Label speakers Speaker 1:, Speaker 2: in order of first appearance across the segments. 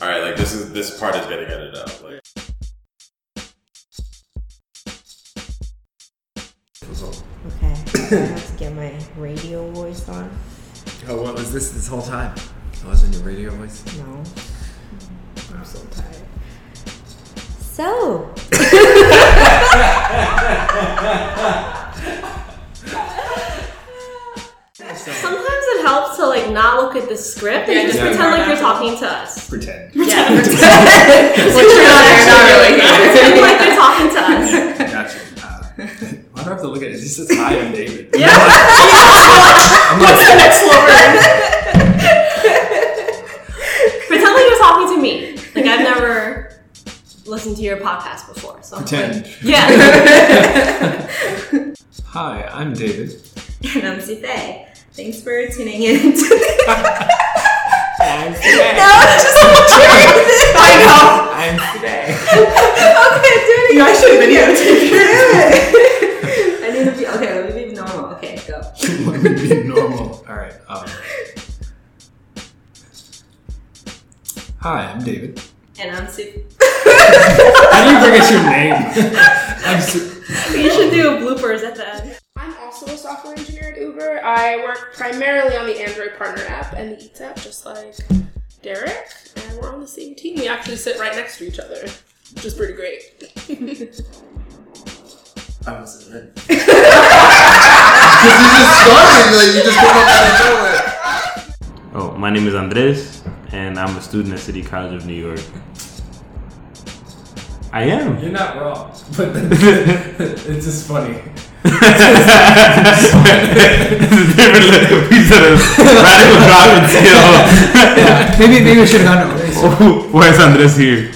Speaker 1: like this is this part is getting edited out. Like,
Speaker 2: What's up?
Speaker 3: Okay, I have to get my radio voice on.
Speaker 2: Oh, what was this this whole time? I was in your radio voice.
Speaker 3: No, I'm so tired. So,
Speaker 4: Sometimes it helps to like not look at the script and just
Speaker 2: yeah.
Speaker 4: pretend like you're talking to us.
Speaker 5: Pretend.
Speaker 4: Yeah, pretend
Speaker 3: not
Speaker 4: like you're talking to us.
Speaker 5: Gotcha. Uh, why do I have to look at it? This is hi, I'm David.
Speaker 4: Yeah. What's the next word? pretend like you're talking to me. Like I've never listened to your podcast before. So
Speaker 5: Pretend.
Speaker 4: yeah.
Speaker 5: Hi, I'm David.
Speaker 3: and I'm Faye. Thanks for tuning in. To the-
Speaker 2: I'm today.
Speaker 3: no, I'm just cheering. I know.
Speaker 2: I'm today.
Speaker 3: Okay, do it again. I should have videotaped. I need to be okay. Let me be normal. Okay, go.
Speaker 5: Let me be normal. All right. Um, hi, I'm David.
Speaker 3: And I'm Sue.
Speaker 5: How do you forget your name? I'm su-
Speaker 4: You should do bloopers at the end.
Speaker 6: I'm also a software engineer at Uber. I work primarily on the Android Partner app and the Eats app, just like Derek. And we're on the same team. We actually sit right next to each other, which is pretty great.
Speaker 2: I was in it.
Speaker 7: Oh, my name is Andres, and I'm a student at City College of New York. I am.
Speaker 5: You're not wrong, but it's just funny.
Speaker 7: Different piece of radical drop and
Speaker 5: Yeah, maybe maybe we should have gone. to-
Speaker 7: Oh, Why is Andres here?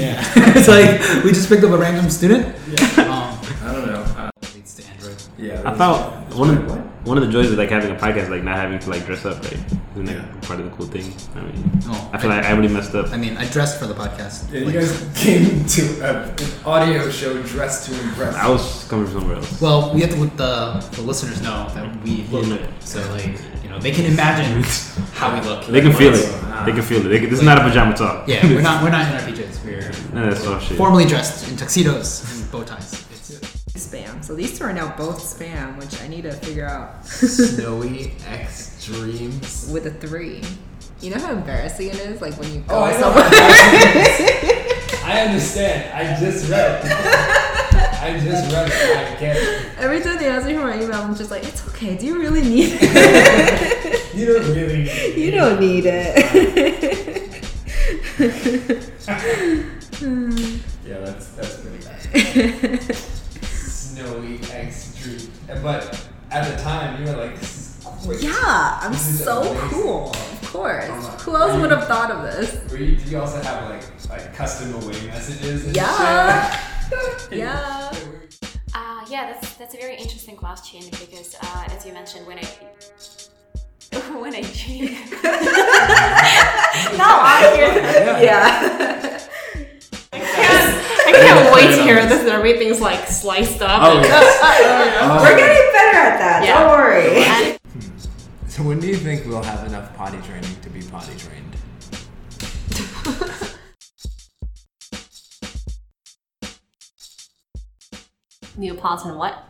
Speaker 5: Yeah,
Speaker 8: it's like we just picked up a random student.
Speaker 5: I don't know. Uh,
Speaker 8: Um, Leads to Android.
Speaker 5: yeah,
Speaker 7: I
Speaker 5: that's-
Speaker 7: thought one of
Speaker 5: What?
Speaker 7: one of the joys of like having a podcast, like not having to like dress up, right? Isn't that part of the cool thing? I mean,
Speaker 8: Oh,
Speaker 7: I feel like I really messed up.
Speaker 8: I mean, I dressed for the podcast.
Speaker 5: Yeah, you
Speaker 8: Like,
Speaker 5: guys came to a, an audio show dressed to impress.
Speaker 7: I was coming from somewhere else.
Speaker 8: well, we have to let the, the listeners know that we look good. So, like, you know, they can imagine how we look.
Speaker 7: They can feel it. They can feel it. They can, this is not a pajama talk.
Speaker 8: Yeah, we're not we're not in our PJs. We're
Speaker 7: No, that's all shit.
Speaker 8: formally dressed in tuxedos and bow ties. It's
Speaker 3: Spam. So these turned out both spam, which I need to figure out
Speaker 2: Snowy X Dreams.
Speaker 3: with a three. You know how embarrassing it is, like when you go
Speaker 5: Oh, I know.
Speaker 3: somewhere.
Speaker 5: I understand. I just read. it. I just read. it. I can't.
Speaker 3: Every time they ask me for my email, I'm just like, it's okay. Do you really need it?
Speaker 5: You don't really.
Speaker 3: you don't need it.
Speaker 5: Yeah, that's that's pretty bad.
Speaker 3: it
Speaker 5: Snowy extreme. And- But at the time, you were like, "This is quick."
Speaker 3: yeah, I'm
Speaker 5: This is
Speaker 3: so
Speaker 5: amazing.
Speaker 3: cool. Of course.
Speaker 5: Oh my-
Speaker 3: Who else would have thought of this?
Speaker 5: Were you, do you also have like like custom away messages? And
Speaker 3: Yeah.
Speaker 5: Shit?
Speaker 3: Yeah.
Speaker 9: Uh, yeah, that's that's a very interesting question because, uh, as you mentioned, when I when I cheat, no, I hear
Speaker 3: Yeah.
Speaker 4: I can't wait to hear this and everything's like sliced up.
Speaker 5: Oh, yeah.
Speaker 3: We're getting better at that.
Speaker 4: Yeah.
Speaker 3: Don't worry.
Speaker 2: So when do you think we'll have enough potty training to be potty trained?
Speaker 4: Neapolitan what?